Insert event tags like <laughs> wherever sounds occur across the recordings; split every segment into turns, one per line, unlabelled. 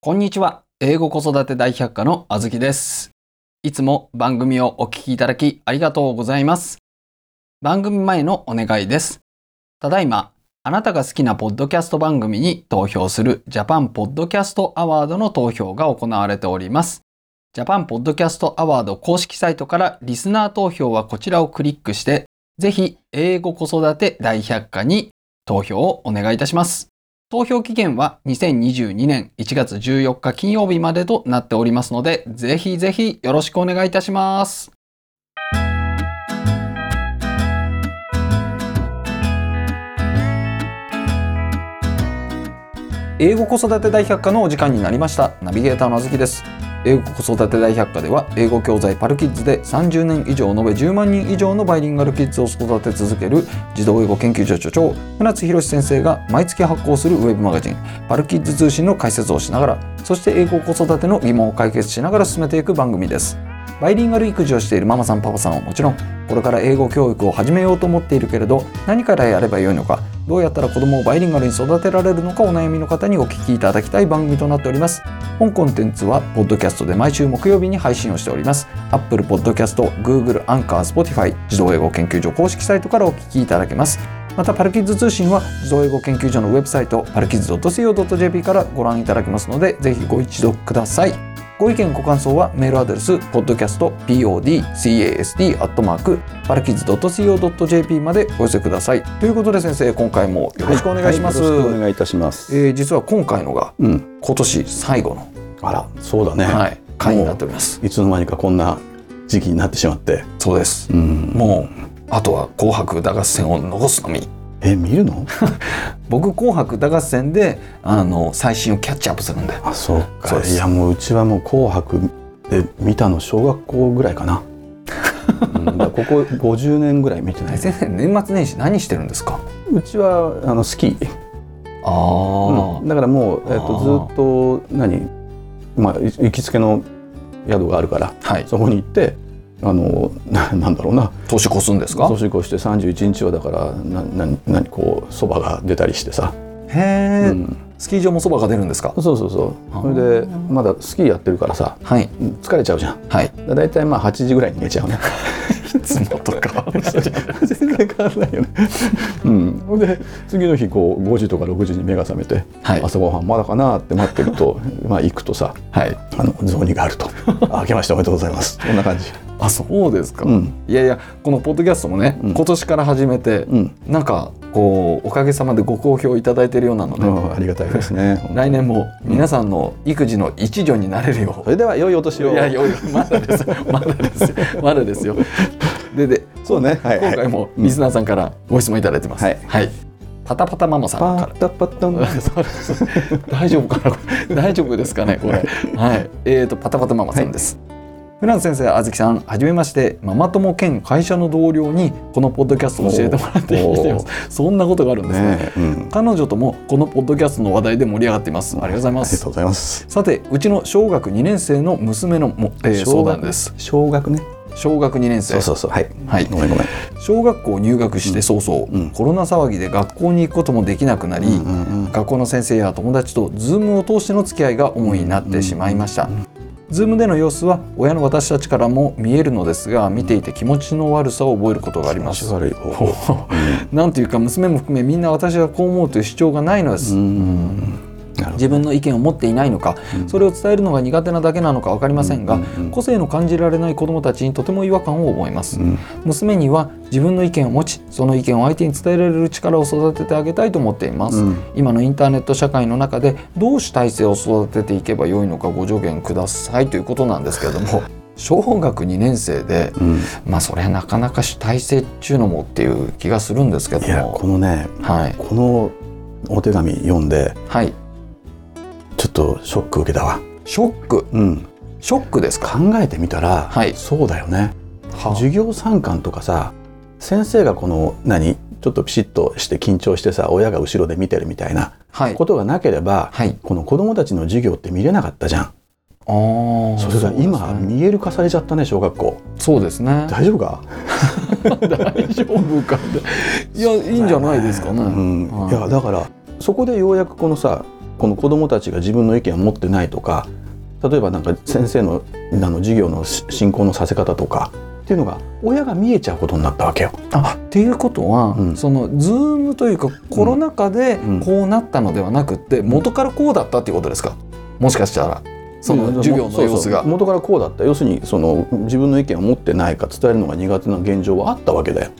こんにちは。英語子育て大百科のあずきです。いつも番組をお聞きいただきありがとうございます。番組前のお願いです。ただいま、あなたが好きなポッドキャスト番組に投票するジャパンポッドキャストアワードの投票が行われております。ジャパンポッドキャストアワード公式サイトからリスナー投票はこちらをクリックして、ぜひ英語子育て大百科に投票をお願いいたします。投票期限は2022年1月14日金曜日までとなっておりますので、ぜひぜひよろしくお願いいたします。英語子育て大百科のお時間になりました。ナビゲーターのあずきです。英語子育て大百科では、英語教材パルキッズで30年以上延べ10万人以上のバイリンガルキッズを育て続ける児童英語研究所所長、船津博史先生が毎月発行するウェブマガジン、パルキッズ通信の解説をしながらそして英語子育ての疑問を解決しながら進めていく番組ですバイリンガル育児をしているママさんパパさんはもちろんこれから英語教育を始めようと思っているけれど何からやればよいのかどうやったら子供をバイリンガルに育てられるのかお悩みの方にお聞きいただきたい番組となっております本コンテンツはポッドキャストで毎週木曜日に配信をしております Apple Podcast、Google、Anchor、Spotify 児童英語研究所公式サイトからお聞きいただけますまたパルキッズ通信は児童英語研究所のウェブサイトパルキッズ .co.jp からご覧いただけますのでぜひご一読くださいご意見ご感想はメールアドレス podcastpodcast パルキッズ .co.jp までお寄せくださいということで先生今回もよろしくお願いします、
はいよろしくお願いいたします。
えー実は今回のが
うん。
今年最後の
あら、そうだね。
はい、会になっております。
い、つの間にかこんな時期になってしまって。
そうです。
うん。
もうあとは紅白歌合戦を残すのみ。
え、見るの？
僕紅白歌合戦であの最新をキャッチアップするんで。
<laughs> あ、そう
そう
か。
です
いやもううちはもう紅白で見たの小学校ぐらいか <laughs> な。うん、だからここ50年ぐらい見てない。
先生年末年始何してるんですか。
うちはあのスキー。
ああ、
うん、だからもうえ
あ
っ
ー
とずっと何まあい行きつけの宿があるから
はい。
そこに行ってあの <laughs> ななんだろうな
年越すんですか。
年越して31日はだからなな何こうそばが出たりしてさ、
へえ、
うん
スキー場もそばが出るんですか。
そうそうそう
あ
それでまだスキーやってるからさ
はい
疲れちゃうじゃん
はい。
だだいたいまあ8時ぐらいに寝ちゃ
<laughs>
うね
いつもとか。
全然変わらないよねうんほんで次の日こう5時とか6時に目が覚めて、
はい
朝ごはんまだかなって待ってると <laughs> まあ行くとさ
<laughs> はい。
あの雑煮が
<laughs>
あるとあ明けましておめでとうございますこんな感じ
あそうですか。
うん
いやいやこのポッドキャストもね、
うん
今年から始めて、
うん、
なんかこうおかげさまでご好評いただいてるようなので、
うんありがたいですね
<laughs> 来年も皆さんの育児の一助になれるよ
それでは良いお年
う、
を
いやいやまだですよまだですよまだですよでで
そうねはい、
今回もリスナーさんからご質問いただいてます
はい
パタパタママさん
パ
か
ッタパッタン
らそうそう大丈夫かなこれ大丈夫ですかねこれはいえー、とパタパタママさんです、フランス先生、あずきさん、はじめまして、ママ友兼会社の同僚にこのポッドキャストを教えてもらって
おー
きています。そんなことがあるんですね。
ねえ、うん
彼女ともこのポッドキャストの話題で盛り上がっています。ありがとうございま
ありが
す
と。うございます。
さてうちの小学2年生の娘のも、えー相談です。
小学ね。
小学2年生
そうそうそう。はい。
はい
ごめんごめん。
小学校入学して早々、
うん
コロナ騒ぎで学校に行くこともできなくなり、
うんうんうん
学校の先生や友達と Zoom を通しての付き合いが主になってしまいました。Zoom での様子は親の私たちからも見えるのですが見ていて気持ちの悪さを覚えることがあります
気持ち悪い。お
なんというか娘も含めみんな私はこう思うという主張がないのです、
うん。なるほど。
自分の意見を持っていないのか、それを伝えるのが苦手なだけなのか分かりませんが、
うんうんうん
個性の感じられない子どもたちにとても違和感を覚えます、
うん
娘には自分の意見を持ちその意見を相手に伝えられる力を育ててあげたいと思っています、
うん
今のインターネット社会の中でどう主体性を育てていけばよいのかご助言くださいということなんですけれど
<laughs>
も小学2年生で、
うん。
まあそれはなかなか主体性っちゅうのもっていう気がするんですけど
いやこ
も
のね
はい
このお手紙読んで
はい
ちょっとショック受けたわ。
ショック
うん。
ショックですか、
考えてみたら、
はい
そうだよね。授業参観とかさ先生がこの何ちょっとピシッとして緊張してさ親が後ろで見てるみたいな
はい
ことがなければ、
はい
この子供たちの授業って見れなかったじゃん。
あー
それが今、
そうですね
見える化されちゃったね小学校。
そうですね
大丈夫か？
大丈夫かいやいいんじゃないですかね、
うん
はい
いやだからそこでようやくこのさこの子どもたちが自分の意見を持ってないとか例えばなんか先生のあの授業のし進行のさせ方とかっていうのが親が見えちゃうことになったわけよ。
あっていうことは、
うん
そのズームというかコロナ禍で
うん
こうなったのではなくって、元からこうだったっていうことですかもしかしたらその授業の様子が
そうそう。元からこうだった要するにその自分の意見を持ってないか伝えるのが苦手な現状はあったわけだよ。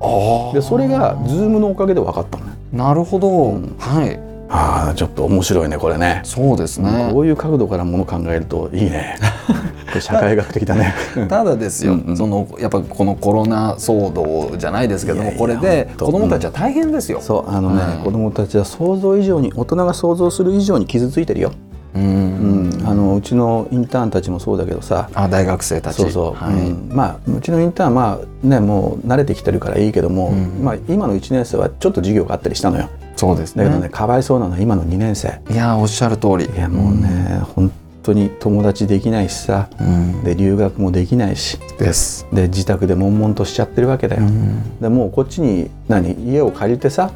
あー
でそれがズームのおかげで分かったのね。
なるほど、
ん
はい
ああちょっと面白いねこれね。
そうですね
こ。ういう角度からものを考えるといい <laughs> ね。これ社会学的だね。
ただですよ、
うんうん
そのやっぱこのコロナ騒動じゃないですけども
いやいや
これで
本当
子どもたちは大変ですよ。
そうあのね、
うん
子供たちは想像以上に大人が想像する以上に傷ついてるよ。
う
うん
ん、
あのうちのインターンたちもそうだけどさ。
あ大学生たち
そうそう、
はい
うんまあうちのインターンはまあねもう慣れてきてるからいいけども、
うん
まあ今の1年生はちょっと授業があったりしたのよ
そうです
だけど
ね
ね、かわいそうなのは今の2年生
いやーおっしゃる通り
いやもうね、本当に友達できないしさ
うん
で留学もできないし
です、
で自宅で悶々としちゃってるわけだよ、
うん
でもうこっちに何家を借りてさ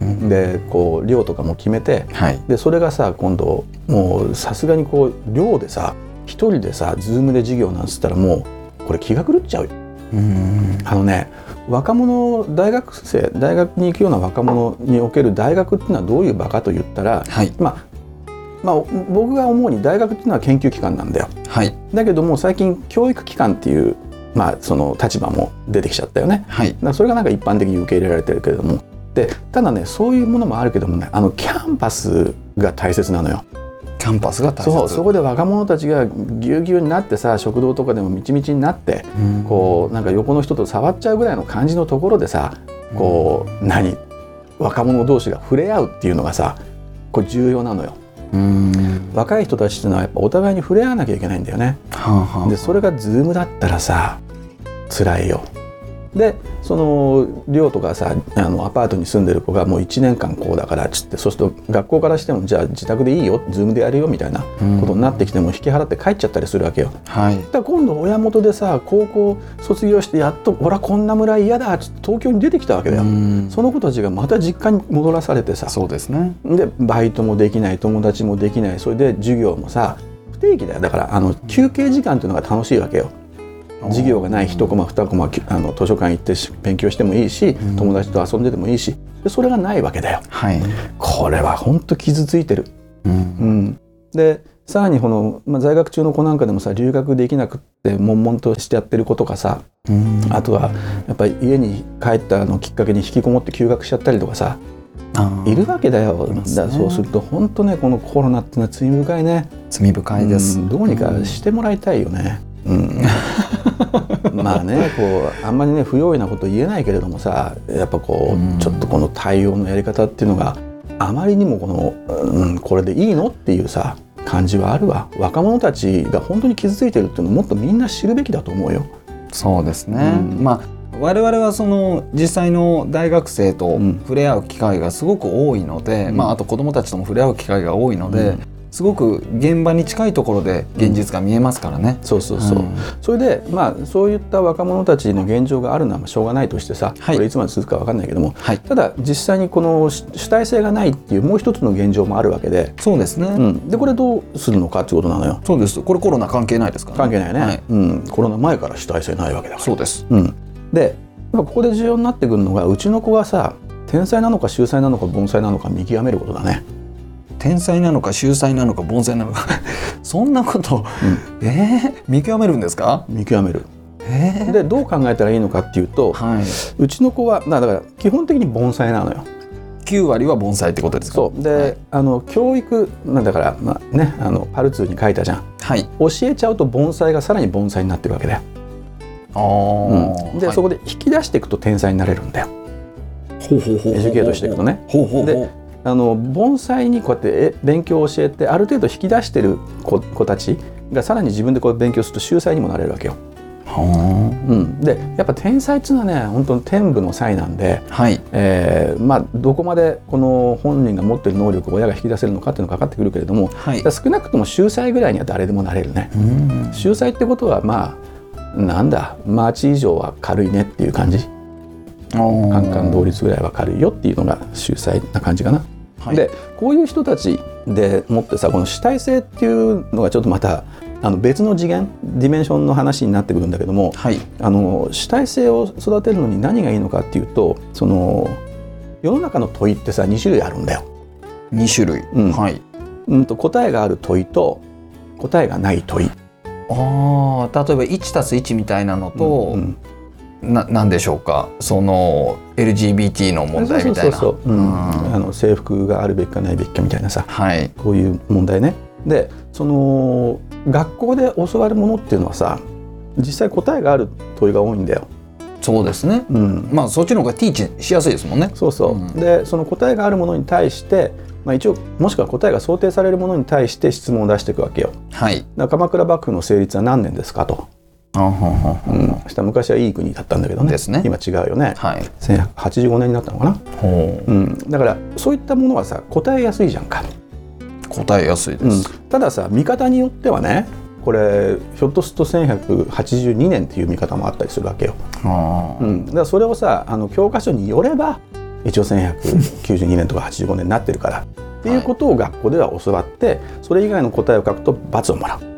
うん
でこう寮とかも決めて
はい
でそれがさ今度もうさすがにこう寮でさ一人でさズームで授業なんつったらもうこれ気が狂っちゃうよ
うん
あのね若者大学生大学に行くような若者における大学っていうのはどういう場かと言ったら、
はい
まあ、まあ僕が思うに大学っていうのは研究機関なんだよ
はい
だけども最近教育機関っていう、まあ、その立場も出てきちゃったよね
はい
だからそれがなんか一般的に受け入れられてるけれどもでただねそういうものもあるけどもねあのキャンパスが大切なのよ
キャンパスが大切
そうそこで若者たちがぎゅうぎゅうになってさ食堂とかでもみちみちになって
うん
こうなんか横の人と触っちゃうぐらいの感じのところでさこう何若者同士が触れ合うっていうのがさこれ重要なのよ
うん
若い人たちっていうのはやっぱお互いに触れ合わなきゃいけないんだよね
はあはあ
でそれがズームだったらさ辛いよでその寮とかさあのアパートに住んでる子がもう1年間こうだからっつってそうすると学校からしてもじゃあ自宅でいいよズームでやるよみたいなことになってきても引き払って帰っちゃったりするわけよ
はい
だから今度親元でさ高校卒業してやっと「俺はこんな村嫌だ」っつって東京に出てきたわけだよ、
うん
その子たちがまた実家に戻らされてさ
そうですね
でバイトもできない友達もできないそれで授業もさ不定期だよだからあの休憩時間っていうのが楽しいわけよ授業がない1コマ2コマきあの図書館行ってし勉強してもいいし
うん
友達と遊んでてもいいしでそれがないわけだよ
はい、
これは本当傷ついてる
うん
うん、でさらにこの、まあ、在学中の子なんかでもさ留学できなくって悶々としちゃってる子とかさ
うん
あとはやっぱり家に帰ったのをきっかけに引きこもって休学しちゃったりとかさ
あー
いるわけだよ、
いますね
だからそうすると本当ねこのコロナってのは罪深いね、
罪深いです、
うんどうにかしてもらいたいよね。
<laughs>
うん、まあねこうあんまりね不用意なこと言えないけれどもさやっぱこう、
うん
ちょっとこの対応のやり方っていうのがあまりにもこの、うん、これでいいのっていうさ感じはあるわ若者たちが本当に傷ついてるっていうのをもっとみんな知るべきだと思うよ。
そうですね、
うん
まあ我々はその実際の大学生と
うん
触れ合う機会がすごく多いので、
うん
まあ、あと子どもたちとも触れ合う機会が多いので、
うん
すごく現場に近いところで現実が見えますからね。
そうそうそう、
うん
それでまあそういった若者たちの現状があるのはまあしょうがないとしてさ、
はい
これいつまで続くかわかんないけども、
はい
ただ実際にこの主主体性がないっていうもう一つの現状もあるわけで、
そうですね、
うん、でこれどうするのかっていうことなのよ
そうですこれコロナ関係ないですから、
関係ないね、
はい
うん、コロナ前から主体性ないわけだから
そうです
う、ん、でやっぱここで重要になってくるのがうちの子はさ天才なのか秀才なのか盆栽なのか見極めることだね
天才なのか秀才なのか盆栽なのか <laughs> そんなこと、えー見極めるんですか
見極める
え
でどう考えたらいいのかっていう
ー
と
はい、
うちの子はまあだから基本的に盆栽なのよ
9割は盆栽ってことですか
そうで、
はい
あの教育まあだから、まあね、あのパルツーに書いたじゃん
はい
教えちゃうと盆栽がさらに盆栽になってるわけだよ、
あー、
うんで、
はい
そこで引き出していくと天才になれるんだよ
ほうほうほうほう
エデュケートしていくとね
ほうほうほう
であの盆栽にこうやってえ勉強を教えてある程度引き出してる子子たちがさらに自分でこう勉強すると秀才にもなれるわけよ。
は
うん、でやっぱ天才っていうのはね本当に天部の才なんで、
あはい
えーまあ、どこまでこの本人が持ってる能力を親が引き出せるのかっていうのがかかってくるけれども
はい
少なくとも秀才ぐらいには誰でもなれるね。
うん
秀才ってことはまあなんだマーチ以上は軽いねっていう感じ
カ
カンカン同率ぐらいは軽いよっていうのが秀才な感じかな。
はい
でこういう人たちでもってさこの主体性っていうのがちょっとまたあの別の次元ディメンションの話になってくるんだけども
はい
あの主体性を育てるのに何がいいのかっていうとその世の中の問いってさ2種類あるんだよ。
2種類、
うん
はい
うんと答えがある問いと答えがない問い
ああ例えば1たす1みたいなのと、
うん
ななんでしょうかその LGBT の問題みたいな。
そうそうそうそう、うん
うん
あの制服があるべきかないべきかみたいなさ
はい
こういう問題ね。でその学校で教わるものっていうのはさ実際答えがある問いが多いんだよ。
そうですね
うん、
まあそっちの方がティーチしやすいですもんね
そうそう、
うん
でその答えがあるものに対して、まあ、一応もしくは答えが想定されるものに対して質問を出していくわけよ。
はい
だから鎌倉幕府の成立は何年ですかと、
あはんはんはん
うん、そしたら昔はいい国だったんだけどね
ですね
今違うよね
はい
1185年になったのかな、
ほ
うん、だからそういったものはさ答えやすいじゃんか、
う答えやすいで
うん
す、、
たださ見方によってはねこれひょっとすると1182年っていう見方もあったりするわけよ、
あ
うん、だからそれをさあの教科書によれば一応1192年とか85年になってるからっていうことを学校では教わってそれ以外の答えを書くと罰をもらう。
ー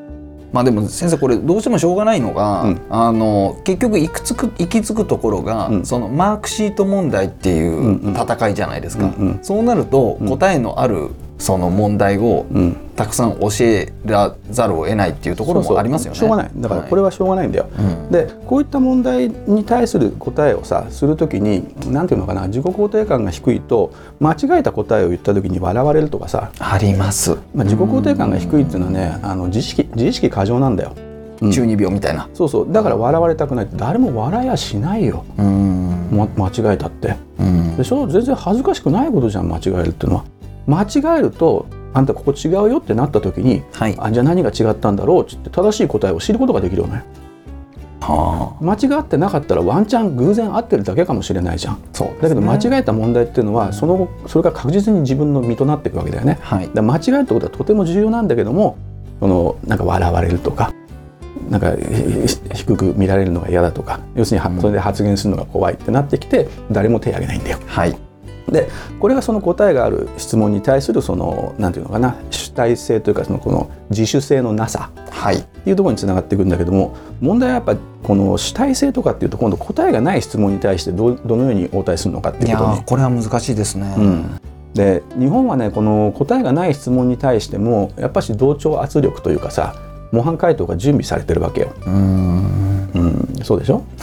まあでも先生これどうしてもしょうがないのが、
うん
あの結局いくつく行き着くところが、
うん
そのマークシート問題ってい
ん
う
うん
戦いじゃないですか、
うんうん
そうなると
ん
答えのあるその問題を
うん
たくさん教えらざるを得ないっていうところ
そうそ
も
う
ありますよね
しょうがないだからこれ
は
はしょうがないんだよ、
いうん
でこういった問題に対する答えをさするときに何ていうのかな自己肯定感が低いと間違えた答えを言ったときに笑われるとかさ、
あります、
まあ、自己肯定感が低いっていうのはねあの自意識自意識過剰なんだよ、うん
中二病みたいな
そうそうだから笑われたくないって誰も笑いやしないよ、
うん
ま、間違えたって
うん
でしょ全然恥ずかしくないことじゃん間違えるっていうのは間違えるとあんたここ違うよってなった時に
はい
あじゃあ何が違ったんだろうっつって正しい答えを知ることができるよね
は
間違ってなかったらワンチャン偶然合ってるだけかもしれないじゃん
あそう
だけど間
え
違えた問題っていうのはその後それが確実に自分の身となっていくわけだよね
はい
だから間違えるってことはとても重要なんだけどもそのなんか笑われるとかなんかえー低く見られるのが嫌だとか要するに
うん
はそれで発言するのが怖いってなってきて誰も手を挙げないんだよ
はい
でこれがその答えがある質問に対するそのなんていうのかな主体性というかそのこの自主性のなさ
はい
っていうところにつながっていくんだけども問題はやっぱこの主体性とかっていうと今度答えがない質問に対してどうどのように応対するのかっ
い
ていう
や
ことね
ー。これは難しいですね、
うんで日本はねこの答えがない質問に対してもやっぱし同調圧力というかさ模範解答が準備されてるわけよ。
うん
うん、そうでしょ <laughs>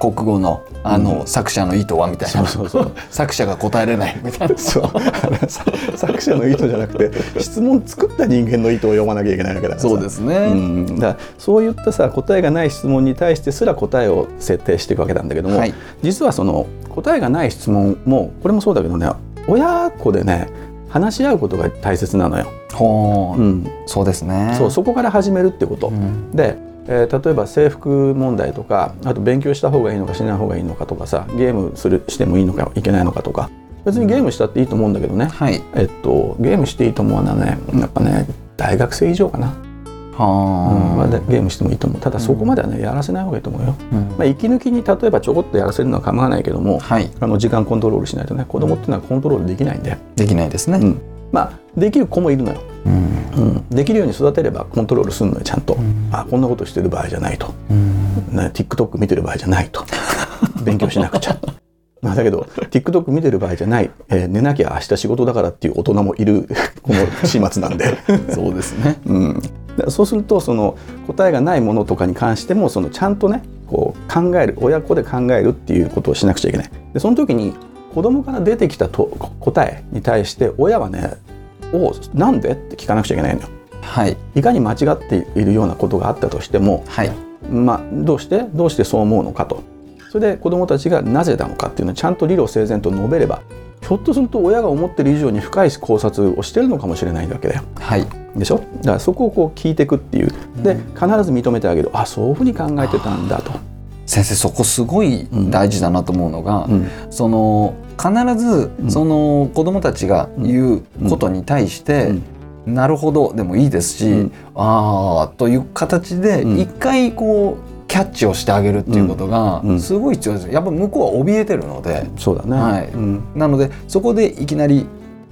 国語のあの、作者の意図はみたいな
そうそうそう
作者が答えれないみ <laughs> たいな
そうあのさ作者の意図じゃなくて質問作った人間の意図を読まなきゃいけないわけだからさ
そうですね、
うん、だからそういったさ答えがない質問に対してすら答えを設定していくわけなんだけども、
はい
実はその答えがない質問もこれもそうだけどね親子でね話し合うことが大切なのよ、
ほう、
うん、
そうですね
そうそこから始めるってこと、
うん
で、えー例えば制服問題とかあと勉強した方がいいのかしない方がいいのかとかさゲームするしてもいいのかいけないのかとか別にゲームしたっていいと思うんだけどね、
はい
えっと、ゲームしていいと思うのはねやっぱね大学生以上かな、うんま
は
あでゲームしてもいいと思うただそこまではねやらせない方がいいと思うよ、
あ、うん
まあ、息抜きに例えばちょこっとやらせるのは構わないけども
はい
あの時間コントロールしないとね子供ってのはコントロールできないんで、
できないですね、
うん、まあできる子もいるのよ
うん
うん、できるように育てればコントロールするのよちゃんと、
ん
あこんなことしてる場合じゃないと、
うん
ね、TikTok 見てる場合じゃないと勉強しなくちゃまあだけど TikTok 見てる場合じゃない、えー寝なきゃ明日仕事だからっていう大人もいる <laughs> この始末なんで、
そうですね
うん、でそうするとその答えがないものとかに関してもそのちゃんとねこう考える親子で考えるっていうことをしなくちゃいけないでその時に子供から出てきたと答えに対して親はね「おうなんで?」って聞かなくちゃいけないのよ。
はい
いかに間違っているようなことがあったとしても、
はい
まあ、どうしてどうしてそう思うのかとそれで子どもたちがなぜなのかっていうのをちゃんと理路整然と述べればひょっとすると親が思ってる以上に深い考察をしてるのかもしれないわけだよ。
はい
でしょだからそこをこう聞いていくっていうで必ず認めてあげるあそういうふうに考えてたんだと。
先生そこすごい大事だなと思うのが、
うん
その必ず
ん
その子どもたちが言うことに対して、なるほどでもいいですし、
うん
ああという形で
うん
一回こうキャッチをしてあげるっていうことが
うんうん
すごい必要ですやっぱ向こうは怯えてるので、
そうだね、
はい
うん
なのでそこでいきなり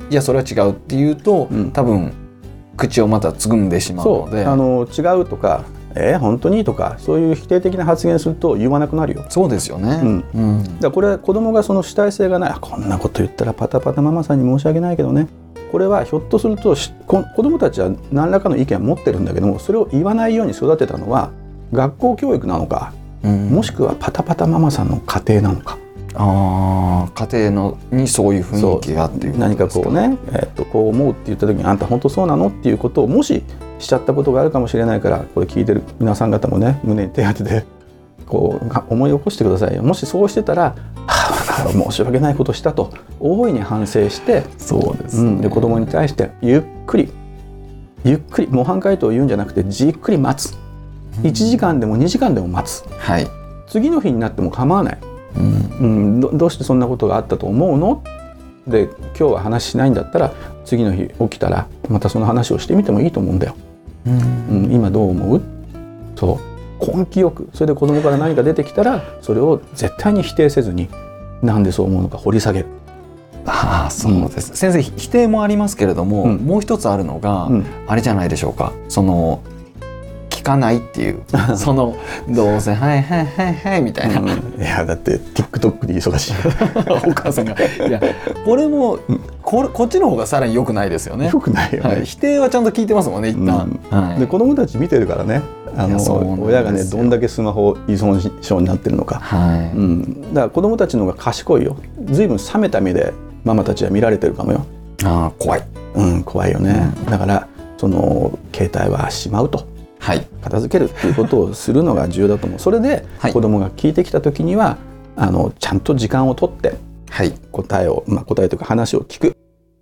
いやそれは違うって言うと、
うん
多分口をまたつぐんでしまう
そ
の
う
で
あの違うとかえー、本当にとかそういう否定的な発言すると言わなくなるよ。
そうですよね、
うん
うん
だからこれは子供がその主体性がないあこんなこと言ったらパタパタママさんに申し訳ないけどねこれはひょっとするとしこ子供たちは何らかの意見を持ってるんだけどもそれを言わないように育てたのは学校教育なのか
うん
もしくはパタパタママさんの家庭なのか
ああ家庭のにそういう雰囲気がっていう
何かこう
ね
ね、えっとこう思うって言った時にあんた本当そうなのっていうことをもししちゃったことがあるかもしれないからこれ聞いてる皆さん方もね胸に手当ててこうが思い起こしてくださいよもしそうしてたら「はあ申し訳ないことした」と大いに反省して
そうで
うん、で子供に対してゆっくりゆっくり模範解答を言うんじゃなくてじっくり待つ1時間でも2時間でも待つ
はい、
次の日になっても構わない、
うん
うん、どどうしてそんなことがあったと思うので今日は話しないんだったら次の日起きたらまたその話をしてみてもいいと思うんだよ、うん、今どう思うそう根気よくそれで子供から何か出てきたらそれを絶対に否定せずになんでそう思うのか掘り下げる、
ああそうです、先生否定もありますけれども、
うん
もう一つあるのが、
うん、
あれじゃないでしょうかその聞かないっていう
<laughs>
そのどうせ「はいはいはいはい」 <laughs> みたいな、
いやだって TikTok で忙しい
お母さんがいやこれもこれこっちの方がさらに良くないですよね
<laughs> よくないよね、
はい、否定はちゃんと聞いてますもんね一旦、はい
で子供たち見てるからねあ
いや
の
そうなんですよ
親がねどんだけスマホ依存症になってるのか、
は
う
い
ん、だから子供たちの方が賢いよ随分冷めた目でママたちは見られてるかもよ、
ああ怖い
うん、怖いよね、だからその携帯はしまうと
はい
片付けるっていうことをするのが重要だと思うそれで
はい
子供が聞いてきた時にはあのちゃんと時間をとって
はい
答えを、まあ、答えというか話を聞く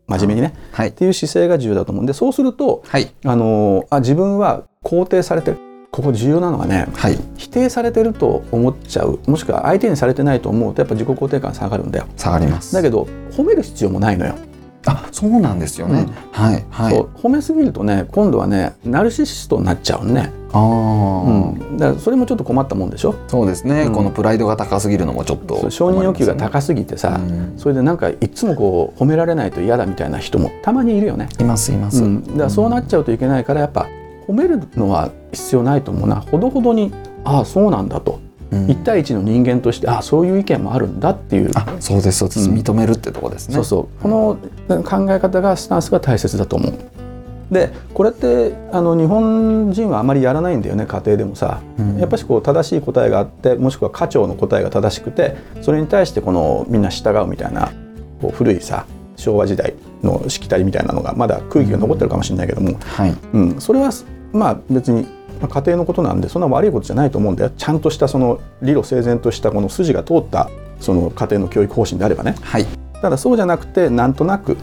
真面目にね
は
っ
い
ていう姿勢が重要だと思うんでそうすると
はい
あのあ自分は肯定されてるここ重要なのはね
はい
否定されてると思っちゃうもしくは相手にされてないと思うとやっぱ自己肯定感下がるんだよ
下がります
だけど褒める必要もないのよ、
あそうなんですよね、
うん
はいは
そ
いう
褒めすぎるとね今度はねナルシシストになっちゃうね、
ああ、
うん、だからそれもちょっと困ったもんでしょ
そうですね、
うん
このプライドが高すぎるのもちょっと、
そう承認欲求が高すぎてさ、
うん
それでなんかいっつもこう褒められないと嫌だみたいな人もたまにいるよね、
いますいます、
うん、だからそうなっちゃうといけないからやっぱ褒めるのは必要ないと思うなほどほどにああそうなんだと
うん
一対一の人間としてあそういう意見もあるんだっていう、
あそうですそうです、
うん
認めるってとこですね
そうそうこの考え方がスタンスが大切だと思う。でこれってあの日本人はあまりやらないんだよね家庭でもさ、
うん
やっぱしこう正しい答えがあってもしくは家長の答えが正しくてそれに対してこのみんな従うみたいなこう古いさ昭和時代のしきたりみたいなのがまだ空気が残ってるかもしれないけども、
はい
うん、それはまあ別にまあ家庭のことなんでそんな悪いことじゃないと思うんだよちゃんとしたその理路整然としたこの筋が通ったその家庭の教育方針であればね
はい
ただそうじゃなくてなんとなく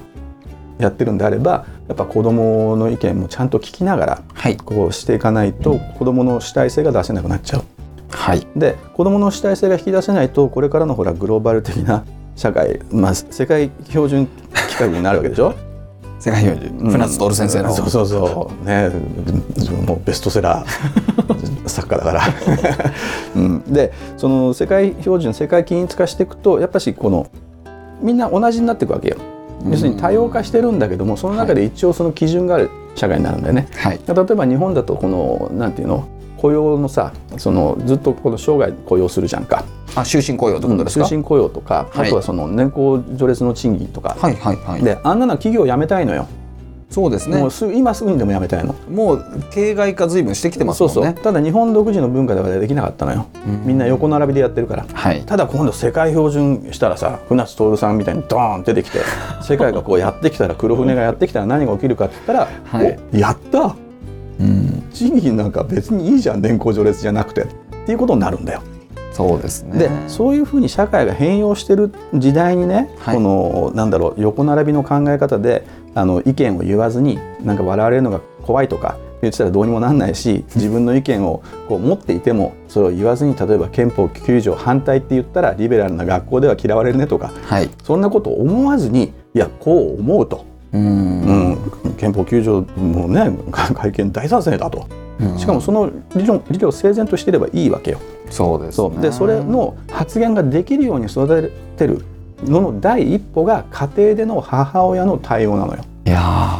やってるんであればやっぱ子どもの意見もちゃんと聞きながら
はい
こうしていかないと子どもの主体性が出せなくなっちゃう。
はい
で子どもの主体性が引き出せないとこれからのほらグローバル的な社会、まあ、世界標準規格になるわけでしょ
世界標準、船津徹先生の、
うんそうそうそうねもうベストセ
<laughs>
ラー作家だから、うん、でその世界標準世界均一化していくとやっぱしこのみんな同じになっていくわけよ
うん
要するに多様化してるんだけどもその中で一応その基準がある社会になるんだよね、
はい
例えば日本だとこのなんていうの雇用のさそのずっとこの生涯雇用するじゃんか
あ終身雇用ってことです
終
か、
身雇用とか、
はい
あとはその年功序列の賃金とか、
はいはいはい
であんなの企業辞めたいのよ、
そうですね
も
も
うすぐ今すぐにでも辞めたいの。
う形骸化随分してきてます
そう
もんね
そうただ日本独自の文化だからできなかったのよ、
うん
みんな横並びでやってるから
はい
ただ今度世界標準したらさ船津徹さんみたいにドーン出てき
<laughs>
て世界がこうやってきたら黒船がやってきたら何が起きるかって言ったら、
はい
おやった
うん
賃金なんか別にいいじゃん年功序列じゃなくてっていうことになるんだよ。
そうですね
でそういうふうに社会が変容してる時代にね、
はい
このなんだろう横並びの考え方であの意見を言わずになんか笑われるのが怖いとか言ってたらどうにもなんな
<laughs>
いし自分の意見をこう持っていてもそれを言わずに例えば憲法9条反対って言ったらリベラルな学校では嫌われるねとか
はい
そんなことを思わずにいやこう思うと、
うん
うん、憲法9条もね会見大賛成だと
うん
しかもその理論理論を整然としていればいいわけよ。
そうです
そうでそれの発言ができるように育てるのの第一歩が家庭での母親の対応なのよ。 <laughs>
いや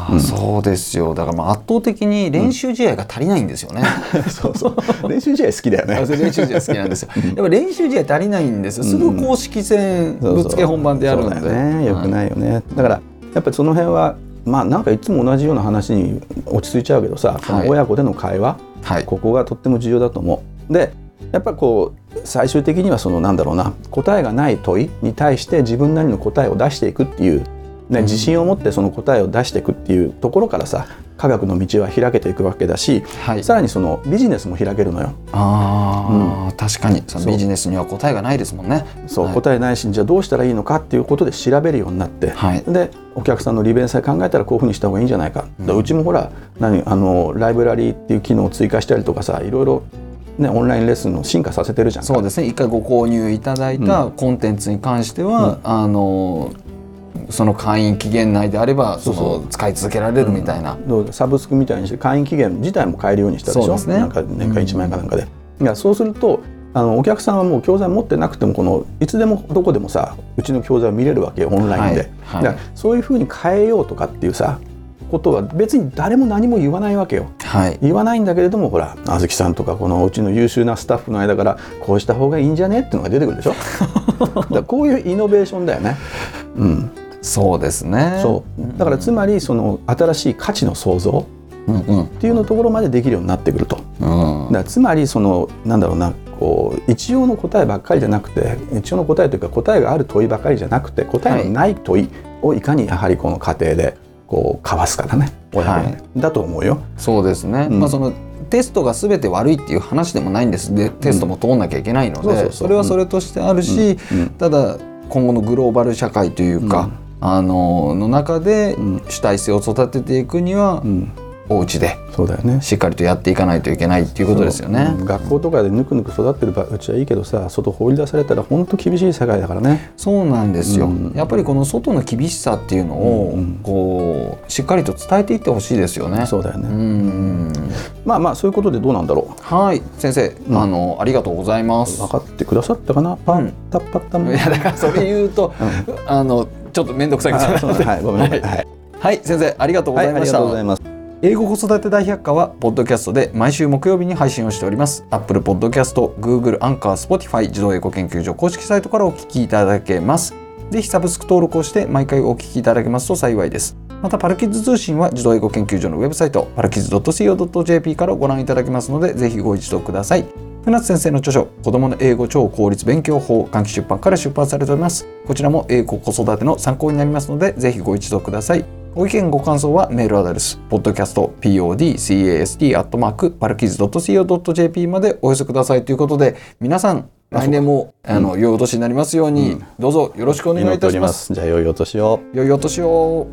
ー、
うん
そうですよだからまあ圧倒的に練習試合が足りないんですよ
<laughs>
ね、
そう
<laughs>
そう練習試合好きだよね。
練習試合好きなん
<laughs>
ですよやっぱ練習試合足りないんですよすぐ公式戦
そうそう
ぶっつけ本番でやるんで
そうだよねよく
はい
ないよね、だからやっぱりその辺はまあなんかいつも同じような話に落ち着いちゃうけどさ、この親子での会話
はい
ここがとっても重要だと思う。でやっぱこう最終的にはそのなんだろうな答えがない問いに対して自分なりの答えを出していくっていう、ね、自信を持ってその答えを出していくっていうところからさ科学の道は開けていくわけだし
はい
さらにそのビジネスも開けるのよ。
あー、確かにその
そう
ビジネスには答えがないですもんね
そう、
はい
答えないしじゃあどうしたらいいのかっていうことで調べるようになって、
はい
でお客さんの利便性考えたらこういうふうにした方がいいんじゃないか、う
うん
うちもほら何あのライブラリーっていう機能を追加したりとかさいろいろ、ね、オンラインレッスンの進化させてるじゃんか
そうですね一回ご購入いただいたコンテンツに関しては、あのその会員期限内であればそ
そうそう
の使い続けられるみたいな、
どうだサブスクみたいにして会員期限自体も変えるようにしたでし
そう
ょ
ですね
なんか年間1万円かなんかで。いやそうするとあのお客さんはもう教材持ってなくてもこのいつでもどこでもさうちの教材を見れるわけよオンラインで、
はいはい
だからそういうふうに変えようとかっていうさことは別に誰も何も言わないわけよ
はい
言わないんだけれどもほらあずきさんとかこのうちの優秀なスタッフの間からこうした方がいいんじゃねっていうのが出て
<laughs>
くるでしょだからこういうイノベーションだよねうん
そうですね
そうだからつまりその新しい価値の創造
うんうん
っていうのところまでできるようになってくるとだか
うん
らつまりそのなんだろうなこう一応の答えばっかりじゃなくて一応の答えというか答えがある問いばかりじゃなくて答えのない問いをいかにやはりこの家庭でこう交わすかだね親子でねだと思うよ。
そうですね、
うん
まあそのテストが全て悪いっていう話でもないんですでテストも通んなきゃいけないので、
そうそうそう
れはそれとしてあるし、
うん
ただ今後のグローバル社会というか、あのの中で
うん
主体性を育てていくには、
うん、
お家で
そうだよね
しっかりとやっていかないといけないっていうことですよね。
うん学校とかでぬくぬく育ってるばうちはいいけどさ外放り出されたら本当厳しい世界だからね
そうなんですよ、
うん
やっぱりこの外の厳しさっていうのを、
うんうん
こうしっかりと伝えていってほしいですよね。
そうだよ
う
ね、
ん
まあまあそういうことでどうなんだろ
はい先生、
うん
あのありがとうございま
う
す。
分かってくださったかなパンタッパッタン
いやだからそれ言うと、あのちょっと面倒くさい
あ
こと
そう
に
だ
なる
ねはいごめんなさい、はい
はい先生ありがとうご
は
ざ
い
い
あ
ま
り
し
が
た、
とうございます
英語子育て大百科はポッドキャストで毎週木曜日に配信をしておりますアップルポッドキャスト Google アンカー Spotify 自動英語研究所公式サイトからお聞きいただけますぜひサブスク登録をして毎回お聞きいただけますと幸いですまたパルキッズ通信は自動英語研究所のウェブサイトパルキッズ .co.jp からご覧いただけますのでぜひご一読ください船津先生の著書子供の英語超効率勉強法換気出版から出版されておりますこちらも英語子育ての参考になりますのでぜひご一読くださいご意見ご感想はメールアドレス podcastpodcast.parkids.co.jp までお寄せくださいということで皆さん来年もあの良いお年になりますように、どうぞよろしくお願いいたします
祈っておりじゃあ良いお年を
良いお年を